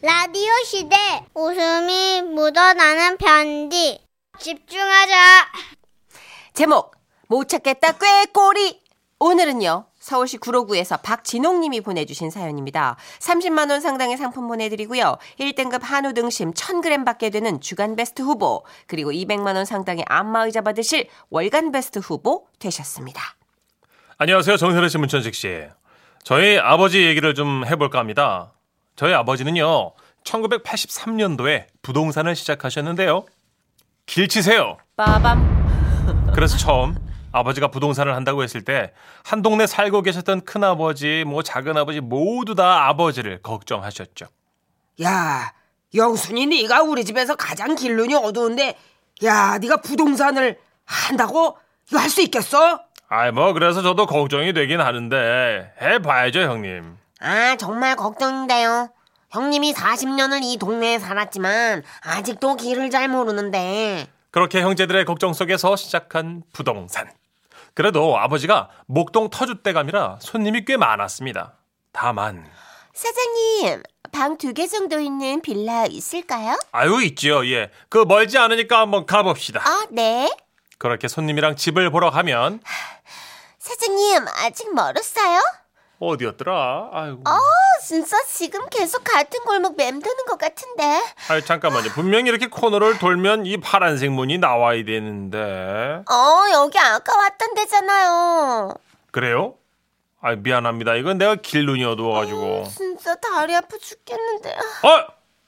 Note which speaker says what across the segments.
Speaker 1: 라디오 시대 웃음이 묻어나는 편지 집중하자
Speaker 2: 제목 못 찾겠다 꾀꼬리 오늘은요 서울시 구로구에서 박진홍님이 보내주신 사연입니다. 30만 원 상당의 상품 보내드리고요. 1등급 한우 등심 1,000g 받게 되는 주간 베스트 후보 그리고 200만 원 상당의 안마의자 받으실 월간 베스트 후보 되셨습니다.
Speaker 3: 안녕하세요. 정선혜 씨, 문천식 씨. 저희 아버지 얘기를 좀 해볼까 합니다. 저희 아버지는요, 1983년도에 부동산을 시작하셨는데요. 길치세요.
Speaker 2: 빠밤
Speaker 3: 그래서 처음 아버지가 부동산을 한다고 했을 때 한 동네 살고 계셨던 큰아버지, 뭐 작은아버지 모두 다 아버지를 걱정하셨죠.
Speaker 4: 야, 영순이 네가 우리 집에서 가장 길눈이 어두운데 야, 네가 부동산을 한다고? 이거 할 수 있겠어?
Speaker 3: 아이, 뭐, 그래서 저도 걱정이 되긴 하는데, 해봐야죠, 형님.
Speaker 4: 아, 정말 걱정인데요. 형님이 40년을 이 동네에 살았지만 아직도 길을 잘 모르는데
Speaker 3: 그렇게 형제들의 걱정 속에서 시작한 부동산. 그래도 아버지가 목동 터줏대감이라 손님이 꽤 많았습니다. 다만
Speaker 2: 사장님 방 두 개 정도 있는 빌라 있을까요?
Speaker 3: 아유 있지요. 예. 그 멀지 않으니까 한번 가봅시다.
Speaker 2: 아 네.
Speaker 3: 그렇게 손님이랑 집을 보러 가면
Speaker 2: 사장님 아직 멀었어요?
Speaker 3: 어디였더라? 아이고.
Speaker 2: 진짜 지금 계속 같은 골목 맴도는 것 같은데
Speaker 3: 아유 잠깐만요. 분명히 이렇게 코너를 돌면 이 파란색 문이 나와야 되는데.
Speaker 2: 어 여기 아까 왔던 데잖아요
Speaker 3: 그래요? 아 미안합니다. 이건 내가 길 눈이 어두워가지고.
Speaker 2: 진짜 다리 아파 죽겠는데
Speaker 3: 어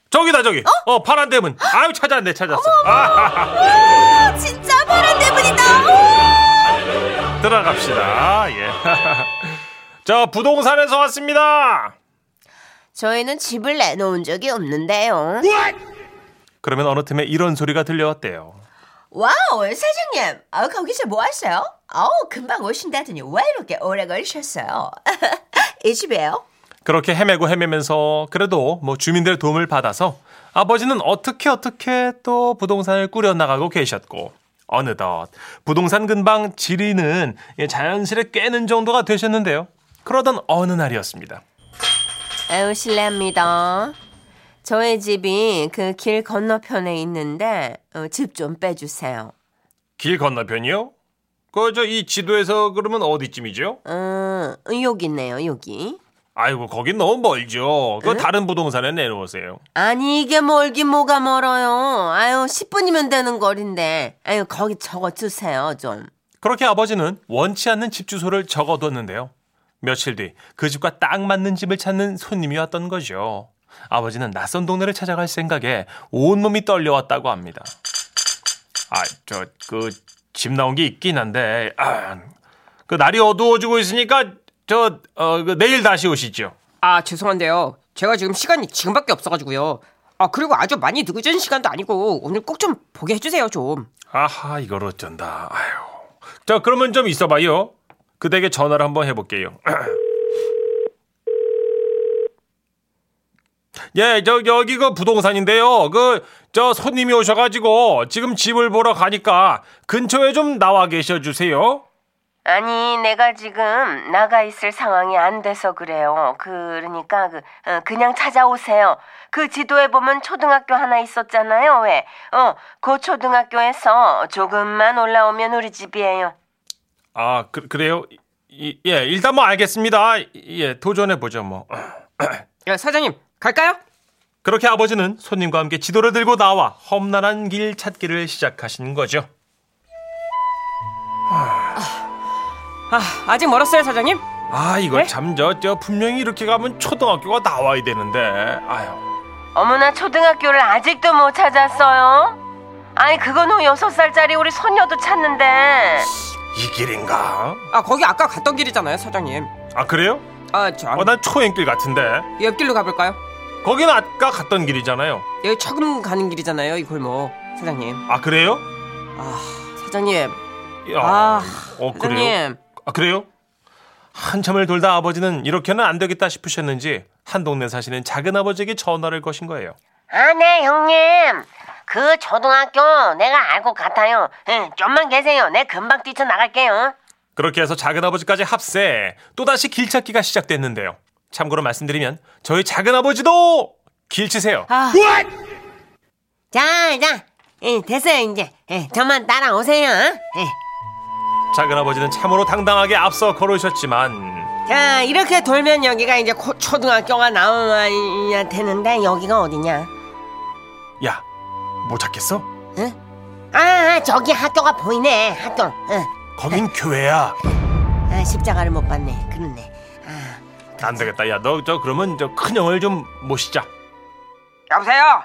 Speaker 3: 저기다 저기. 어, 파란 대문. 아유 찾았네 찾았어. 아,
Speaker 2: 아 진짜 파란 대문이다
Speaker 3: 들어갑시다. 예. 저 부동산에서 왔습니다.
Speaker 2: 저희는 집을 내놓은 적이 없는데요
Speaker 3: 그러면 어느 틈에 이런 소리가 들려왔대요.
Speaker 2: 와우 사장님 아, 거기서 뭐 하세요? 아우 금방 오신다더니 왜 이렇게 오래 걸리셨어요 이 집이에요?
Speaker 3: 그렇게 헤매고 헤매면서 그래도 뭐 주민들의 도움을 받아서 아버지는 어떻게 어떻게 또 부동산을 꾸려나가고 계셨고 어느덧 부동산 근방 지리는 예, 자연스레 깨는 정도가 되셨는데요. 그러던 어느 날이었습니다.
Speaker 2: 아유, 실례합니다. 저희 집이 그 길 건너편에 있는데 어, 집 좀 빼주세요.
Speaker 3: 길 건너편이요? 그 저 이 지도에서 그러면 어디쯤이죠?
Speaker 2: 음, 여기 있네요, 여기.
Speaker 3: 아이고 거긴 너무 멀죠. 그 다른 부동산에 내놓으세요.
Speaker 2: 아니, 이게 멀긴 뭐가 멀어요. 아유, 10분이면 되는 거리인데. 아유, 거기 적어 주세요, 좀.
Speaker 3: 그렇게 아버지는 원치 않는 집 주소를 적어뒀는데요. 며칠 뒤 그 집과 딱 맞는 집을 찾는 손님이 왔던 거죠. 아버지는 낯선 동네를 찾아갈 생각에 온몸이 떨려왔다고 합니다. 아, 저, 그, 집 나온 게 있긴 한데, 아, 그 날이 어두워지고 있으니까, 저, 어, 그 내일 다시 오시죠.
Speaker 4: 아, 죄송한데요. 제가 지금 시간이 지금밖에 없어가지고요. 아, 그리고 아주 많이 늦은 시간도 아니고 오늘 꼭 좀 보게 해주세요, 좀.
Speaker 3: 아하, 이걸 어쩐다. 아유. 자, 그러면 좀 있어봐요. 그대에게 전화를 한번 해볼게요. 예, 저 여기 그 부동산인데요. 그 저 손님이 오셔가지고 지금 집을 보러 가니까 근처에 좀 나와 계셔 주세요.
Speaker 2: 아니, 내가 지금 나가 있을 상황이 안 돼서 그래요. 그러니까 그 어, 그냥 찾아오세요. 그 지도에 보면 초등학교 하나 있었잖아요. 왜? 어, 그 초등학교에서 조금만 올라오면 우리 집이에요.
Speaker 3: 아, 그, 그래요? 이- 예, 일단 뭐 알겠습니다. 예, 도전해 보죠 뭐.
Speaker 4: 야, 사장님, 갈까요?
Speaker 3: 그렇게 아버지는 손님과 함께 지도를 들고 나와 험난한 길 찾기를 시작하신 거죠.
Speaker 4: 아, 아직 멀었어요, 사장님?
Speaker 3: 아 이거 참저 저 분명히 이렇게 가면 초등학교가 나와야 되는데 아유
Speaker 2: 어머나 초등학교를 아직도 못 찾았어요? 아니 그건 후 여섯 살짜리 우리 손녀도 찾는데
Speaker 3: 이 길인가?
Speaker 4: 아, 거기 아까 갔던 길이잖아요, 사장님.
Speaker 3: 아 그래요?
Speaker 4: 아, 저
Speaker 3: 어 난 초행길 같은데
Speaker 4: 옆길로 가볼까요?
Speaker 3: 거긴 아까 갔던 길이잖아요.
Speaker 4: 여기 처금 가는 길이잖아요, 이 골목. 사장님.
Speaker 3: 아 그래요?
Speaker 4: 아, 사장님.
Speaker 3: 야,
Speaker 4: 아,
Speaker 3: 어 그래요?
Speaker 4: 사장님.
Speaker 3: 아 그래요? 한참을 돌다 아버지는 이렇게는 안 되겠다 싶으셨는지 한 동네 사시는 작은 아버지에게 전화를 거신 거예요.
Speaker 2: 아 네 형님 그 초등학교 내가 알 것 같아요 응, 좀만 계세요 내 금방 뛰쳐나갈게요
Speaker 3: 그렇게 해서 작은아버지까지 합세 또다시 길찾기가 시작됐는데요 참고로 말씀드리면 저희 작은아버지도 길치세요.
Speaker 2: 아. 자, 자. 예, 됐어요, 이제. 예, 저만 따라오세요. 예.
Speaker 3: 작은아버지는 참으로 당당하게 앞서 걸어오셨지만
Speaker 2: 자, 이렇게 돌면 여기가 이제 코- 초등학교가 나와야 되는데 여기가 어디냐?
Speaker 3: 야, 뭐 찾겠어?
Speaker 2: 아, 아, 저기 학교가 보이네. 학교. 응.
Speaker 3: 거긴 교회야.
Speaker 2: 아, 십자가를 못 봤네. 그렇네. 아.
Speaker 3: 안 되겠다. 야, 너 저 그러면 저 큰형을 좀 모시자.
Speaker 4: 여보세요?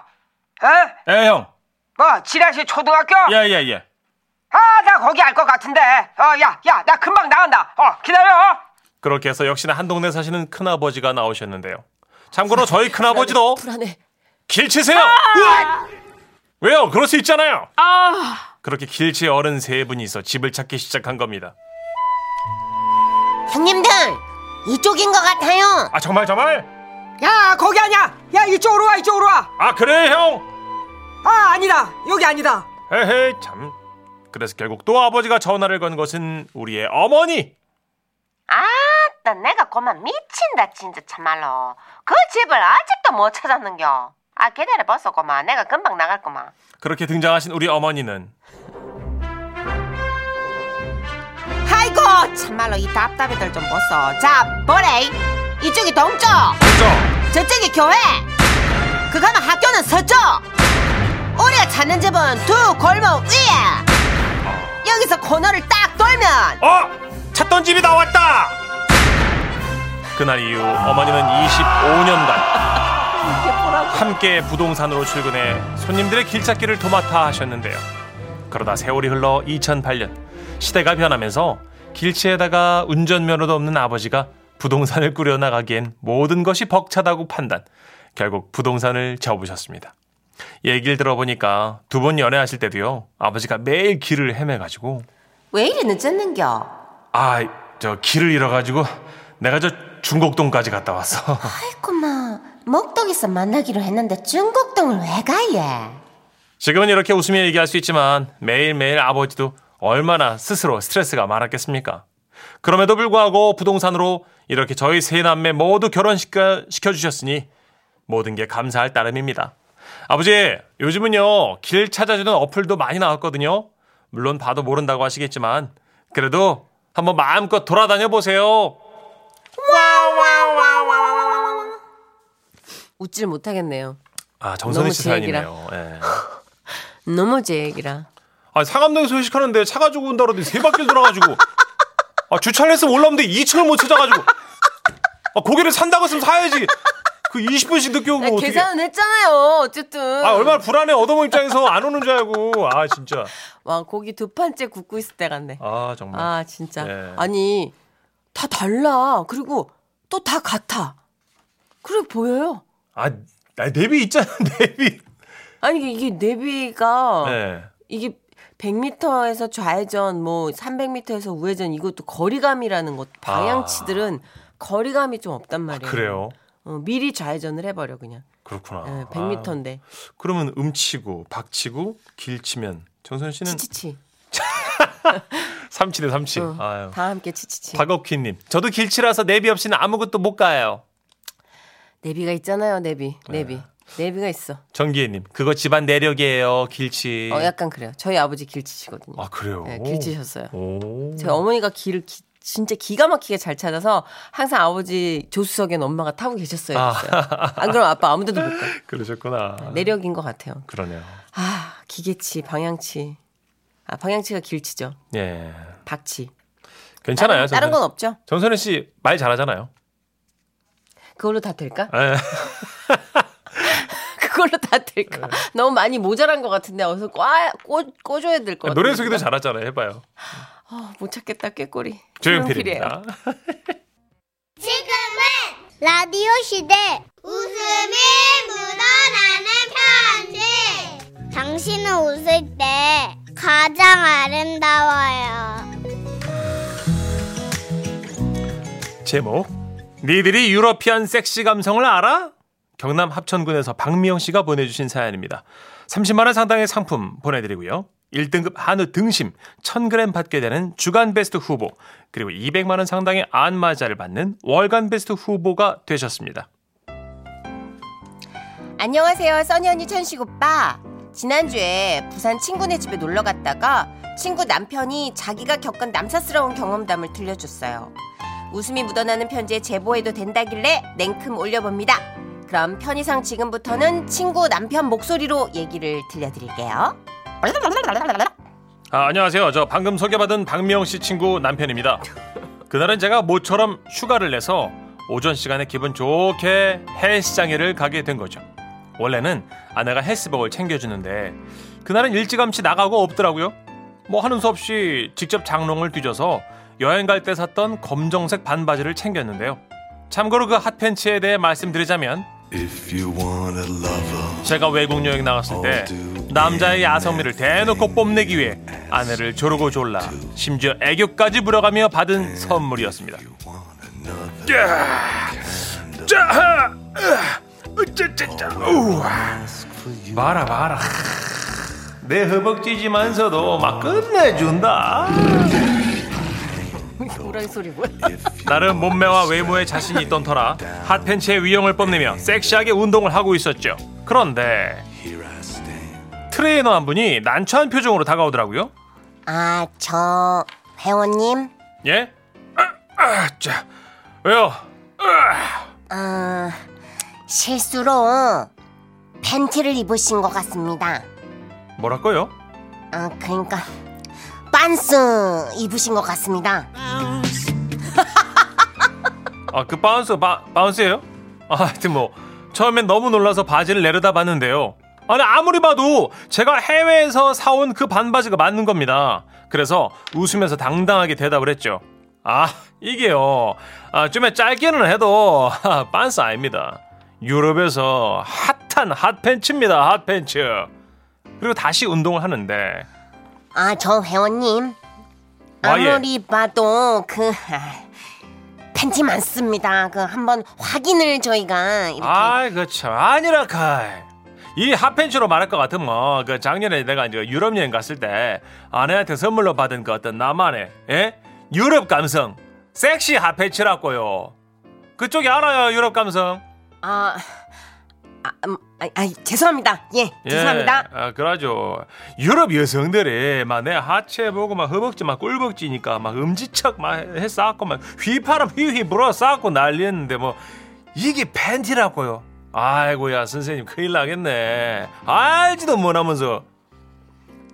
Speaker 4: 어?
Speaker 3: 에 형. 예,
Speaker 4: 뭐 지라시 초등학교?
Speaker 3: 야, 야, 야.
Speaker 4: 아 나 거기 알 것 같은데. 어 야 야 나 금방 나간다. 어 기다려.
Speaker 3: 그렇게 해서 역시나 한 동네 사시는 큰아버지가 나오셨는데요. 참고로 저희 큰아버지도
Speaker 2: 어? 불안해.
Speaker 3: 길치세요. 왜요? 그럴 수 있잖아요.
Speaker 4: 아
Speaker 3: 그렇게 길치 어른 세 분이서 집을 찾기 시작한 겁니다.
Speaker 2: 형님들! 이쪽인 것 같아요.
Speaker 3: 아 정말 정말?
Speaker 4: 야 거기 아니야. 야 이쪽으로 와 이쪽으로 와.
Speaker 3: 아 그래 형.
Speaker 4: 아 아니다 여기 아니다.
Speaker 3: 헤헤 참. 그래서 결국 또 아버지가 전화를 건 것은 우리의 어머니.
Speaker 5: 아따 내가 그만 미친다 진짜 참말로 그 집을 아직도 못 찾았는겨 아 기다려 벌써 고마 내가 금방 나갈 거마
Speaker 3: 그렇게 등장하신 우리 어머니는
Speaker 5: 아이고 참말로 이 답답이들 좀 벗어 자 보레이 이쪽이 동쪽
Speaker 3: 저
Speaker 5: 저쪽이 교회 그 가면 학교는 서쪽 우리가 찾는 집은 두 골목 위에 여기서 코너를 딱 돌면
Speaker 3: 어! 찾던 집이 나왔다. 그날 이후 어머니는 25년간 함께 부동산으로 출근해 손님들의 길찾기를 도맡아 하셨는데요. 그러다 세월이 흘러 2008년 시대가 변하면서 길치에다가 운전면허도 없는 아버지가 부동산을 꾸려나가기엔 모든 것이 벅차다고 판단. 결국 부동산을 접으셨습니다. 얘기를 들어보니까 두 번 연애하실 때도요. 아버지가 매일 길을 헤매가지고
Speaker 5: 왜 이리 늦었는겨
Speaker 3: 아, 저 길을 잃어가지고 내가 저 중곡동까지 갔다 왔어.
Speaker 5: 아이고마 목동에서 만나기로 했는데 중국동을 왜 가예
Speaker 3: 지금은 이렇게 웃으며 얘기할 수 있지만 매일매일 아버지도 얼마나 스스로 스트레스가 많았겠습니까? 그럼에도 불구하고 부동산으로 이렇게 저희 세 남매 모두 결혼시켜 시켜주셨으니 모든 게 감사할 따름입니다. 아버지, 요즘은요, 길 찾아주는 어플도 많이 나왔거든요. 물론 봐도 모른다고 하시겠지만, 그래도 한번 마음껏 돌아다녀 보세요.
Speaker 2: 웃질 못하겠네요.
Speaker 3: 아, 정선희
Speaker 2: 너무
Speaker 3: 씨
Speaker 2: 제 얘기라.
Speaker 3: 사연이네요. 예.
Speaker 2: 너무 제 얘기라.
Speaker 3: 아 상암동에서 회식하는데 차 가지고 온다 그러더니 세 바퀴를 돌아가지고 아 주차를 했으면 올라오는데 2층을 못 찾아가지고 아 고기를 산다고 했으면 사야지 그 20분씩 늦게 오고 어떻게
Speaker 2: 네, 아, 계산은 했잖아요. 어쨌든.
Speaker 3: 아 얼마나 불안해 어머니 입장에서 안 오는 줄 알고 아 진짜
Speaker 2: 와 고기 두 판째 굽고 있을 때 같네.
Speaker 3: 아 정말
Speaker 2: 아 진짜.
Speaker 3: 네.
Speaker 2: 아니 다 달라. 그리고 또 다 같아. 그래 보여요.
Speaker 3: 아 나 내비 있잖아 내비
Speaker 2: 아니 이게 내비가
Speaker 3: 네.
Speaker 2: 이게 100m에서 좌회전 뭐 300m에서 우회전 이것도 거리감이라는 것 방향치들은 거리감이 좀 없단 말이에요.
Speaker 3: 아. 그래요
Speaker 2: 어, 미리 좌회전을 해버려 그냥.
Speaker 3: 그렇구나
Speaker 2: 예, 100m인데
Speaker 3: 아, 그러면 음치고 박치고 길치면 정선 씨는
Speaker 2: 치치치.
Speaker 3: 삼치네 삼치
Speaker 2: 어,
Speaker 3: 아유
Speaker 2: 다 함께 치치치.
Speaker 3: 박업희님 저도 길치라서 내비 없이는 아무것도 못 가요
Speaker 2: 내비가 있잖아요
Speaker 3: 네.
Speaker 2: 내비 내비 내비가 있어.
Speaker 3: 정기혜님, 그거 집안 내력이에요, 길치.
Speaker 2: 어 약간 그래요. 저희 아버지 길치시거든요.
Speaker 3: 예. 아 그래요.
Speaker 2: 네, 길치셨어요.
Speaker 3: 오.
Speaker 2: 저희 어머니가 길을 기- 진짜 기가 막히게 잘 찾아서 항상 아버지 조수석엔 엄마가 타고 계셨어요.
Speaker 3: 아.
Speaker 2: 그랬어요. 안 그럼 아빠 아무 데도 못 가.
Speaker 3: 그러셨구나.
Speaker 2: 내력인 것 같아요.
Speaker 3: 그러네요.
Speaker 2: 아, 기계치, 방향치. 아, 방향치가 길치죠.
Speaker 3: 예,
Speaker 2: 박치.
Speaker 3: 괜찮아요.
Speaker 2: 다른
Speaker 3: 정선-
Speaker 2: 건 없죠?
Speaker 3: 정선혜 씨 말 잘하잖아요.
Speaker 2: 그걸로 다 될까?
Speaker 3: 예.
Speaker 2: 그걸로 다
Speaker 3: 네.
Speaker 2: 될까? 너무 많이 모자란 것 같은데 어서 꽈, 꽂, 꽂아야 될 것 같아요.
Speaker 3: 노래 소개도 잘하잖아요. 해봐요.
Speaker 2: 어, 네. 아, 못 찾겠다, 꾀꼬리.
Speaker 3: 조용필입니다.
Speaker 1: 지금은 라디오 시대 웃음이 묻어나는 편지 당신은 웃을 때 가장 아름다워요
Speaker 3: 제목: 니들이 유러피안 섹시 감성을 알아? 경남 합천군에서 박미영 씨가 보내주신 사연입니다. 30만 원 상당의 상품 보내드리고요. 1등급 한우 등심 1000g 받게 되는 주간 베스트 후보 그리고 200만 원 상당의 안마자를 받는 월간 베스트 후보가 되셨습니다.
Speaker 2: 안녕하세요, 써니 언니 천식 오빠. 지난주에 부산 친구네 집에 놀러 갔다가 친구 남편이 자기가 겪은 남사스러운 경험담을 들려줬어요. 웃음이 묻어나는 편지에 제보해도 된다길래 냉큼 올려봅니다. 그럼 편의상 지금부터는 친구 남편 목소리로 얘기를 들려드릴게요.
Speaker 3: 아, 안녕하세요. 저 방금 소개받은 박미영 씨 친구 남편입니다. 그날은 제가 모처럼 휴가를 내서 오전 시간에 기분 좋게 헬스장에를 가게 된 거죠. 원래는 아내가 헬스복을 챙겨주는데 그날은 일찌감치 나가고 없더라고요. 뭐 하는 수 없이 직접 장롱을 뒤져서 여행 갈 때 샀던 검정색 반바지를 챙겼는데요. 참고로 그 핫팬츠에 대해 말씀드리자면
Speaker 6: If you want a lover.
Speaker 3: 제가 외국 여행 나갔을 때 남자의 야성미를 대놓고 뽐내기 위해 아내를 조르고 졸라 심지어 애교까지 부려가며 받은 선물이었습니다. 자, 짜짜짜, 봐라 봐라. 내 허벅지지만서도 막 끝내준다.
Speaker 2: 뭐라는 소리고요?
Speaker 3: 나름 몸매와 외모에 자신이 있던 터라 핫팬츠의 위용을 뽐내며 섹시하게 운동을 하고 있었죠. 그런데
Speaker 6: Here I stand.
Speaker 3: 트레이너 한 분이 난처한 표정으로 다가오더라고요.
Speaker 5: 아, 저 회원님,
Speaker 3: 예? 아, 아, 자, 왜요?
Speaker 5: 아, 실수로 팬티를 입으신 것 같습니다.
Speaker 3: 뭐랄까요?
Speaker 5: 아, 그러니까 반스 입으신 것 같습니다.
Speaker 3: 아, 그 바운스, 바, 바운스예요? 아, 하여튼 뭐 처음엔 너무 놀라서 바지를 내려다 봤는데요. 아니 아무리 봐도 제가 해외에서 사온 그 반바지가 맞는 겁니다. 그래서 웃으면서 당당하게 대답을 했죠. 아, 이게요. 아, 좀의 짧게는 해도 아, 반스 아닙니다. 유럽에서 핫한 핫팬츠입니다. 핫팬츠. 그리고 다시 운동을 하는데
Speaker 5: 아, 저 회원님.
Speaker 3: 아, 예.
Speaker 5: 아무리 봐도 그 아, 팬티 많습니다. 그 한번 확인을 저희가 이렇게
Speaker 3: 아이 그참 아니라 카이 이 핫팬츠로 말할 것 같으면 그 작년에 내가 이제 유럽 여행 갔을 때 아내한테 선물로 받은 그 어떤 나만의 예? 유럽 감성 섹시 핫팬츠라고요 그쪽이 알아요 유럽 감성
Speaker 5: 아, 아, 음, 아, 아, 죄송합니다. 예,
Speaker 3: 예,
Speaker 5: 죄송합니다.
Speaker 3: 아, 그러죠 유럽 여성들이 막 내 하체 보고 막 허벅지 막 꿀벅지니까 막 음지척 막 해 쌓고 막 휘파람 휘휘 불어 쌓고 난리였는데 뭐 이게 팬티라고요. 아이고야 선생님 큰일 나겠네. 알지도 못하면서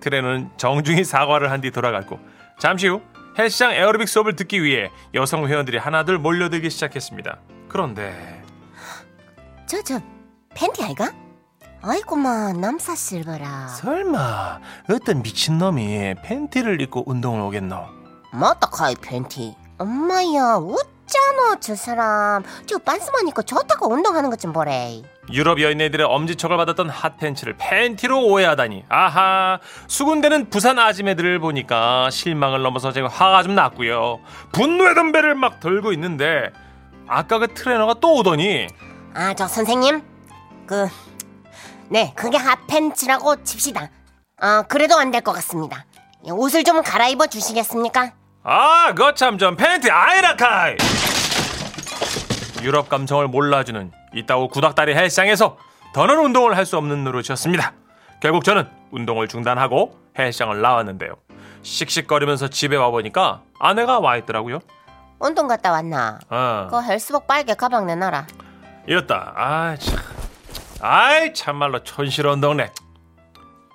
Speaker 3: 트레는 정중히 사과를 한 뒤 돌아갔고 잠시 후 헬스장 에어로빅 수업을 듣기 위해 여성 회원들이 하나둘 몰려들기 시작했습니다. 그런데
Speaker 5: 저, 저, 팬티 아이가? 아이고마, 남사 실버라.
Speaker 3: 설마 어떤 미친놈이 팬티를 입고 운동을 오겠노?
Speaker 5: 마떡하이 뭐 팬티. 엄마야, 웃잖아, 저 사람. 저 반스만 입고 좋다고 운동하는 것 좀 보래.
Speaker 3: 유럽 여인네들의 엄지척을 받았던 핫팬츠를 팬티로 오해하다니 아하 수군대는 부산 아지매들을 보니까 실망을 넘어서 제가 화가 좀 났고요 분노의 덤벨을 막 들고 있는데 아까 그 트레이너가 또 오더니
Speaker 5: 아, 저 선생님. 그, 네, 그게 핫팬츠라고 칩시다. 아, 그래도 안 될 것 같습니다. 예, 옷을 좀 갈아입어 주시겠습니까?
Speaker 3: 아 거참 좀 팬티 아이라카이 유럽 감성을 몰라주는 이따오 구닥다리 헬스장에서 더는 운동을 할 수 없는 노릇이었습니다 결국 저는 운동을 중단하고 헬스장을 나왔는데요 씩씩거리면서 집에 와보니까 아내가 와있더라고요
Speaker 5: 운동 갔다 왔나?
Speaker 3: 어.
Speaker 5: 그 헬스복 빨개 가방 내놔라.
Speaker 3: 이렇다. 아 참. 아이 참말로 촌스러운 동네.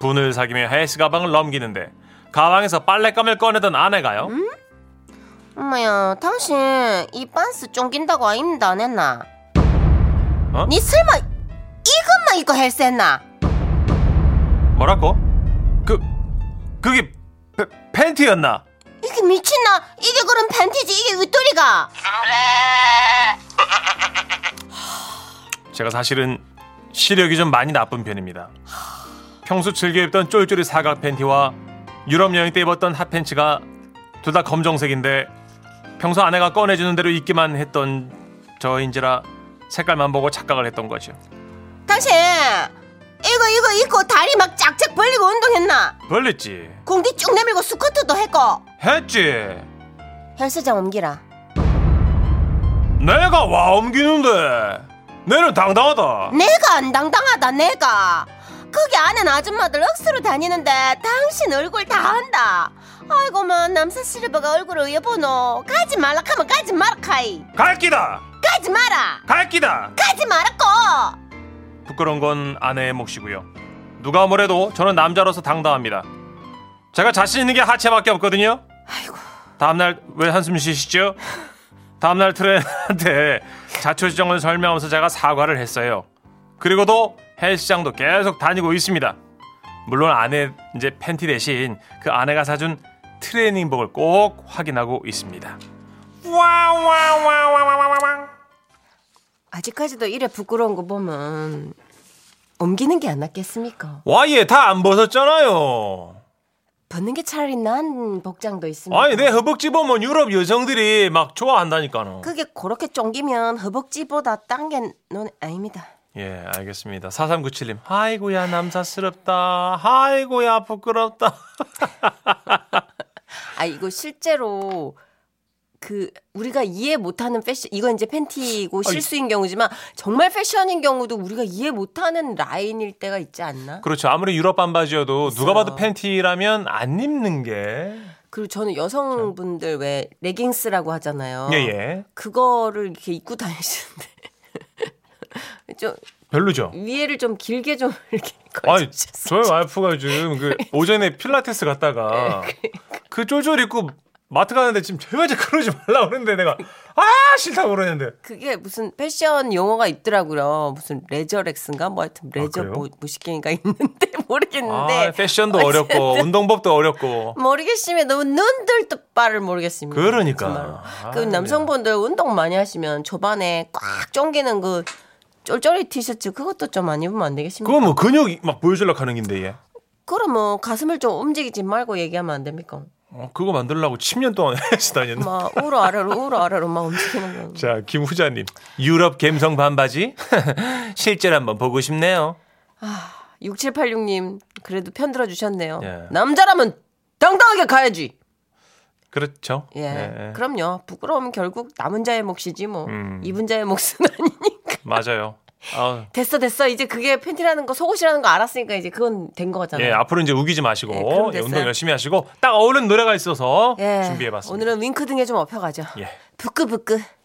Speaker 3: 분을 사귀며 헬스 가방을 넘기는데 가방에서 빨랫감을 꺼내던 아내가요.
Speaker 5: 엄마야, 당신 이 반스 쫑긴다고 아임도 안 했나?
Speaker 3: 어?
Speaker 5: 니 설마 이것만 입고 헬스 했나?
Speaker 3: 뭐라고? 그 그게 페- 팬티였나?
Speaker 5: 이게 미친나? 이게 그럼 팬티지? 이게 윗도리가?
Speaker 3: 제가 사실은 시력이 좀 많이 나쁜 편입니다. 평소 즐겨 입던 쫄쫄이 사각 팬티와 유럽 여행 때 입었던 핫팬츠가 둘 다 검정색인데 평소 아내가 꺼내주는 대로 입기만 했던 저인지라 색깔만 보고 착각을 했던 거죠.
Speaker 5: 당신 이거 이거 입고 다리 막 쫙쫙 벌리고 운동했나?
Speaker 3: 벌렸지.
Speaker 5: 공기 쭉 내밀고 스쿼트도 했고
Speaker 3: 했지.
Speaker 5: 헬스장 옮기라.
Speaker 3: 내가 와 옮기는데 너는 당당하다.
Speaker 5: 내가 안 당당하다 내가 거기 아는 아줌마들 억수로 다니는데 당신 얼굴 다 안다 아이고만 뭐, 남사 실버가 얼굴을 왜 보노 가지 말라 하면 가지 마라 카이
Speaker 3: 갈 기다.
Speaker 5: 가지 마라
Speaker 3: 갈 기다.
Speaker 5: 가지 마라고
Speaker 3: 부끄러운 건 아내의 몫이고요. 누가 뭐래도 저는 남자로서 당당합니다. 제가 자신 있는 게 하체밖에 없거든요. 다음날 왜 한숨 쉬시죠? 다음날 트레한테 자초 지정을 설명하면서 제가 사과를 했어요. 그리고도 헬스장도 계속 다니고 있습니다. 물론 아내 이제 팬티 대신 그 아내가 사준 트레이닝복을 꼭 확인하고 있습니다. 와와와와와와와
Speaker 2: 아직까지도 이래 부끄러운 거 보면 옮기는 게 안 낫겠습니까?
Speaker 3: 와얘 다 안 벗었잖아요.
Speaker 2: 벗는 게 차라리 난 복장도 있습니다.
Speaker 3: 아니 네. 내 허벅지 보면 유럽 여성들이 막 좋아한다니까요.
Speaker 2: 그게 그렇게 쫑기면 허벅지보다 딴게 넌 아닙니다.
Speaker 3: 예, 알겠습니다. 4397님. 아이고야 남사스럽다. 아이고야 부끄럽다.
Speaker 2: 아 이거 실제로 그 우리가 이해 못하는 패션 이건 이제
Speaker 3: 아,
Speaker 2: 팬티고 실수인 경우지만 정말 패션인 경우도 우리가 이해 못하는 라인일 때가 있지 않나?
Speaker 3: 그렇죠. 아무리 유럽 반바지여도 누가 봐도 팬티라면 안 입는 게.
Speaker 2: 그리고 저는 여성분들 왜 레깅스라고 하잖아요.
Speaker 3: 예, 예.
Speaker 2: 그거를 이렇게 입고 다니시는데 좀
Speaker 3: 별로죠.
Speaker 2: 위에를 좀 길게 좀 이렇게
Speaker 3: 아니,
Speaker 2: 걸쳐주셔서
Speaker 3: 저희 와이프가 요즘 그 오전에 필라테스 갔다가 그 쫄쫄 입고 마트 가는데 지금 제발 좀 그러지 말라 그러는데 내가 아 싫다고 그러는데
Speaker 2: 그게 무슨 패션 용어가 있더라고요. 무슨 레저렉스인가 뭐 하여튼 레저
Speaker 3: 아, 그래요?
Speaker 2: 모, 무식갱이가 있는데 모르겠는데
Speaker 3: 아 패션도 어렵고 운동법도 어렵고
Speaker 2: 모르겠으면 너무 눈들도 빠를 모르겠습니다.
Speaker 3: 그러니까.
Speaker 2: 정말로.
Speaker 3: 아,
Speaker 2: 그
Speaker 3: 그래요.
Speaker 2: 남성분들 운동 많이 하시면 저반에 꽉 쫑기는 그 쫄쫄이 티셔츠 그것도 좀 안 입으면 안 되겠습니까?
Speaker 3: 그거 뭐 근육 막 보여주려고 하는 건데 얘
Speaker 2: 그럼 뭐 가슴을 좀 움직이지 말고 얘기하면 안 됩니까?
Speaker 3: 어, 그거 만들려고 10년 동안 해시다녔나
Speaker 2: 막 우로 아래로 우로 아래로 막 움직이는 거.
Speaker 3: 자, 김후자님. 유럽 갬성 반바지? 실제로 한번 보고 싶네요.
Speaker 2: 6786님 그래도 편들어 주셨네요.
Speaker 3: 예.
Speaker 2: 남자라면 당당하게 가야지.
Speaker 3: 그렇죠.
Speaker 2: 예.
Speaker 3: 네.
Speaker 2: 그럼요. 부끄러움 결국 남은 자의 몫이지 뭐.
Speaker 3: 음.
Speaker 2: 입은 자의 몫은 아니니까.
Speaker 3: 맞아요. 아,
Speaker 2: 됐어 됐어 이제 그게 팬티라는 거 속옷이라는 거 알았으니까 이제 그건 된 거잖아요.
Speaker 3: 예, 앞으로 이제 우기지
Speaker 2: 예, 네. 그럼
Speaker 3: 마시고 예,
Speaker 2: 됐어요.
Speaker 3: 운동 열심히 하시고 딱 어울리는 노래가 있어서
Speaker 2: 예,
Speaker 3: 준비해 봤습니다.
Speaker 2: 오늘은 윙크 등에 좀 업혀가죠.
Speaker 3: 예.
Speaker 2: 부끄부끄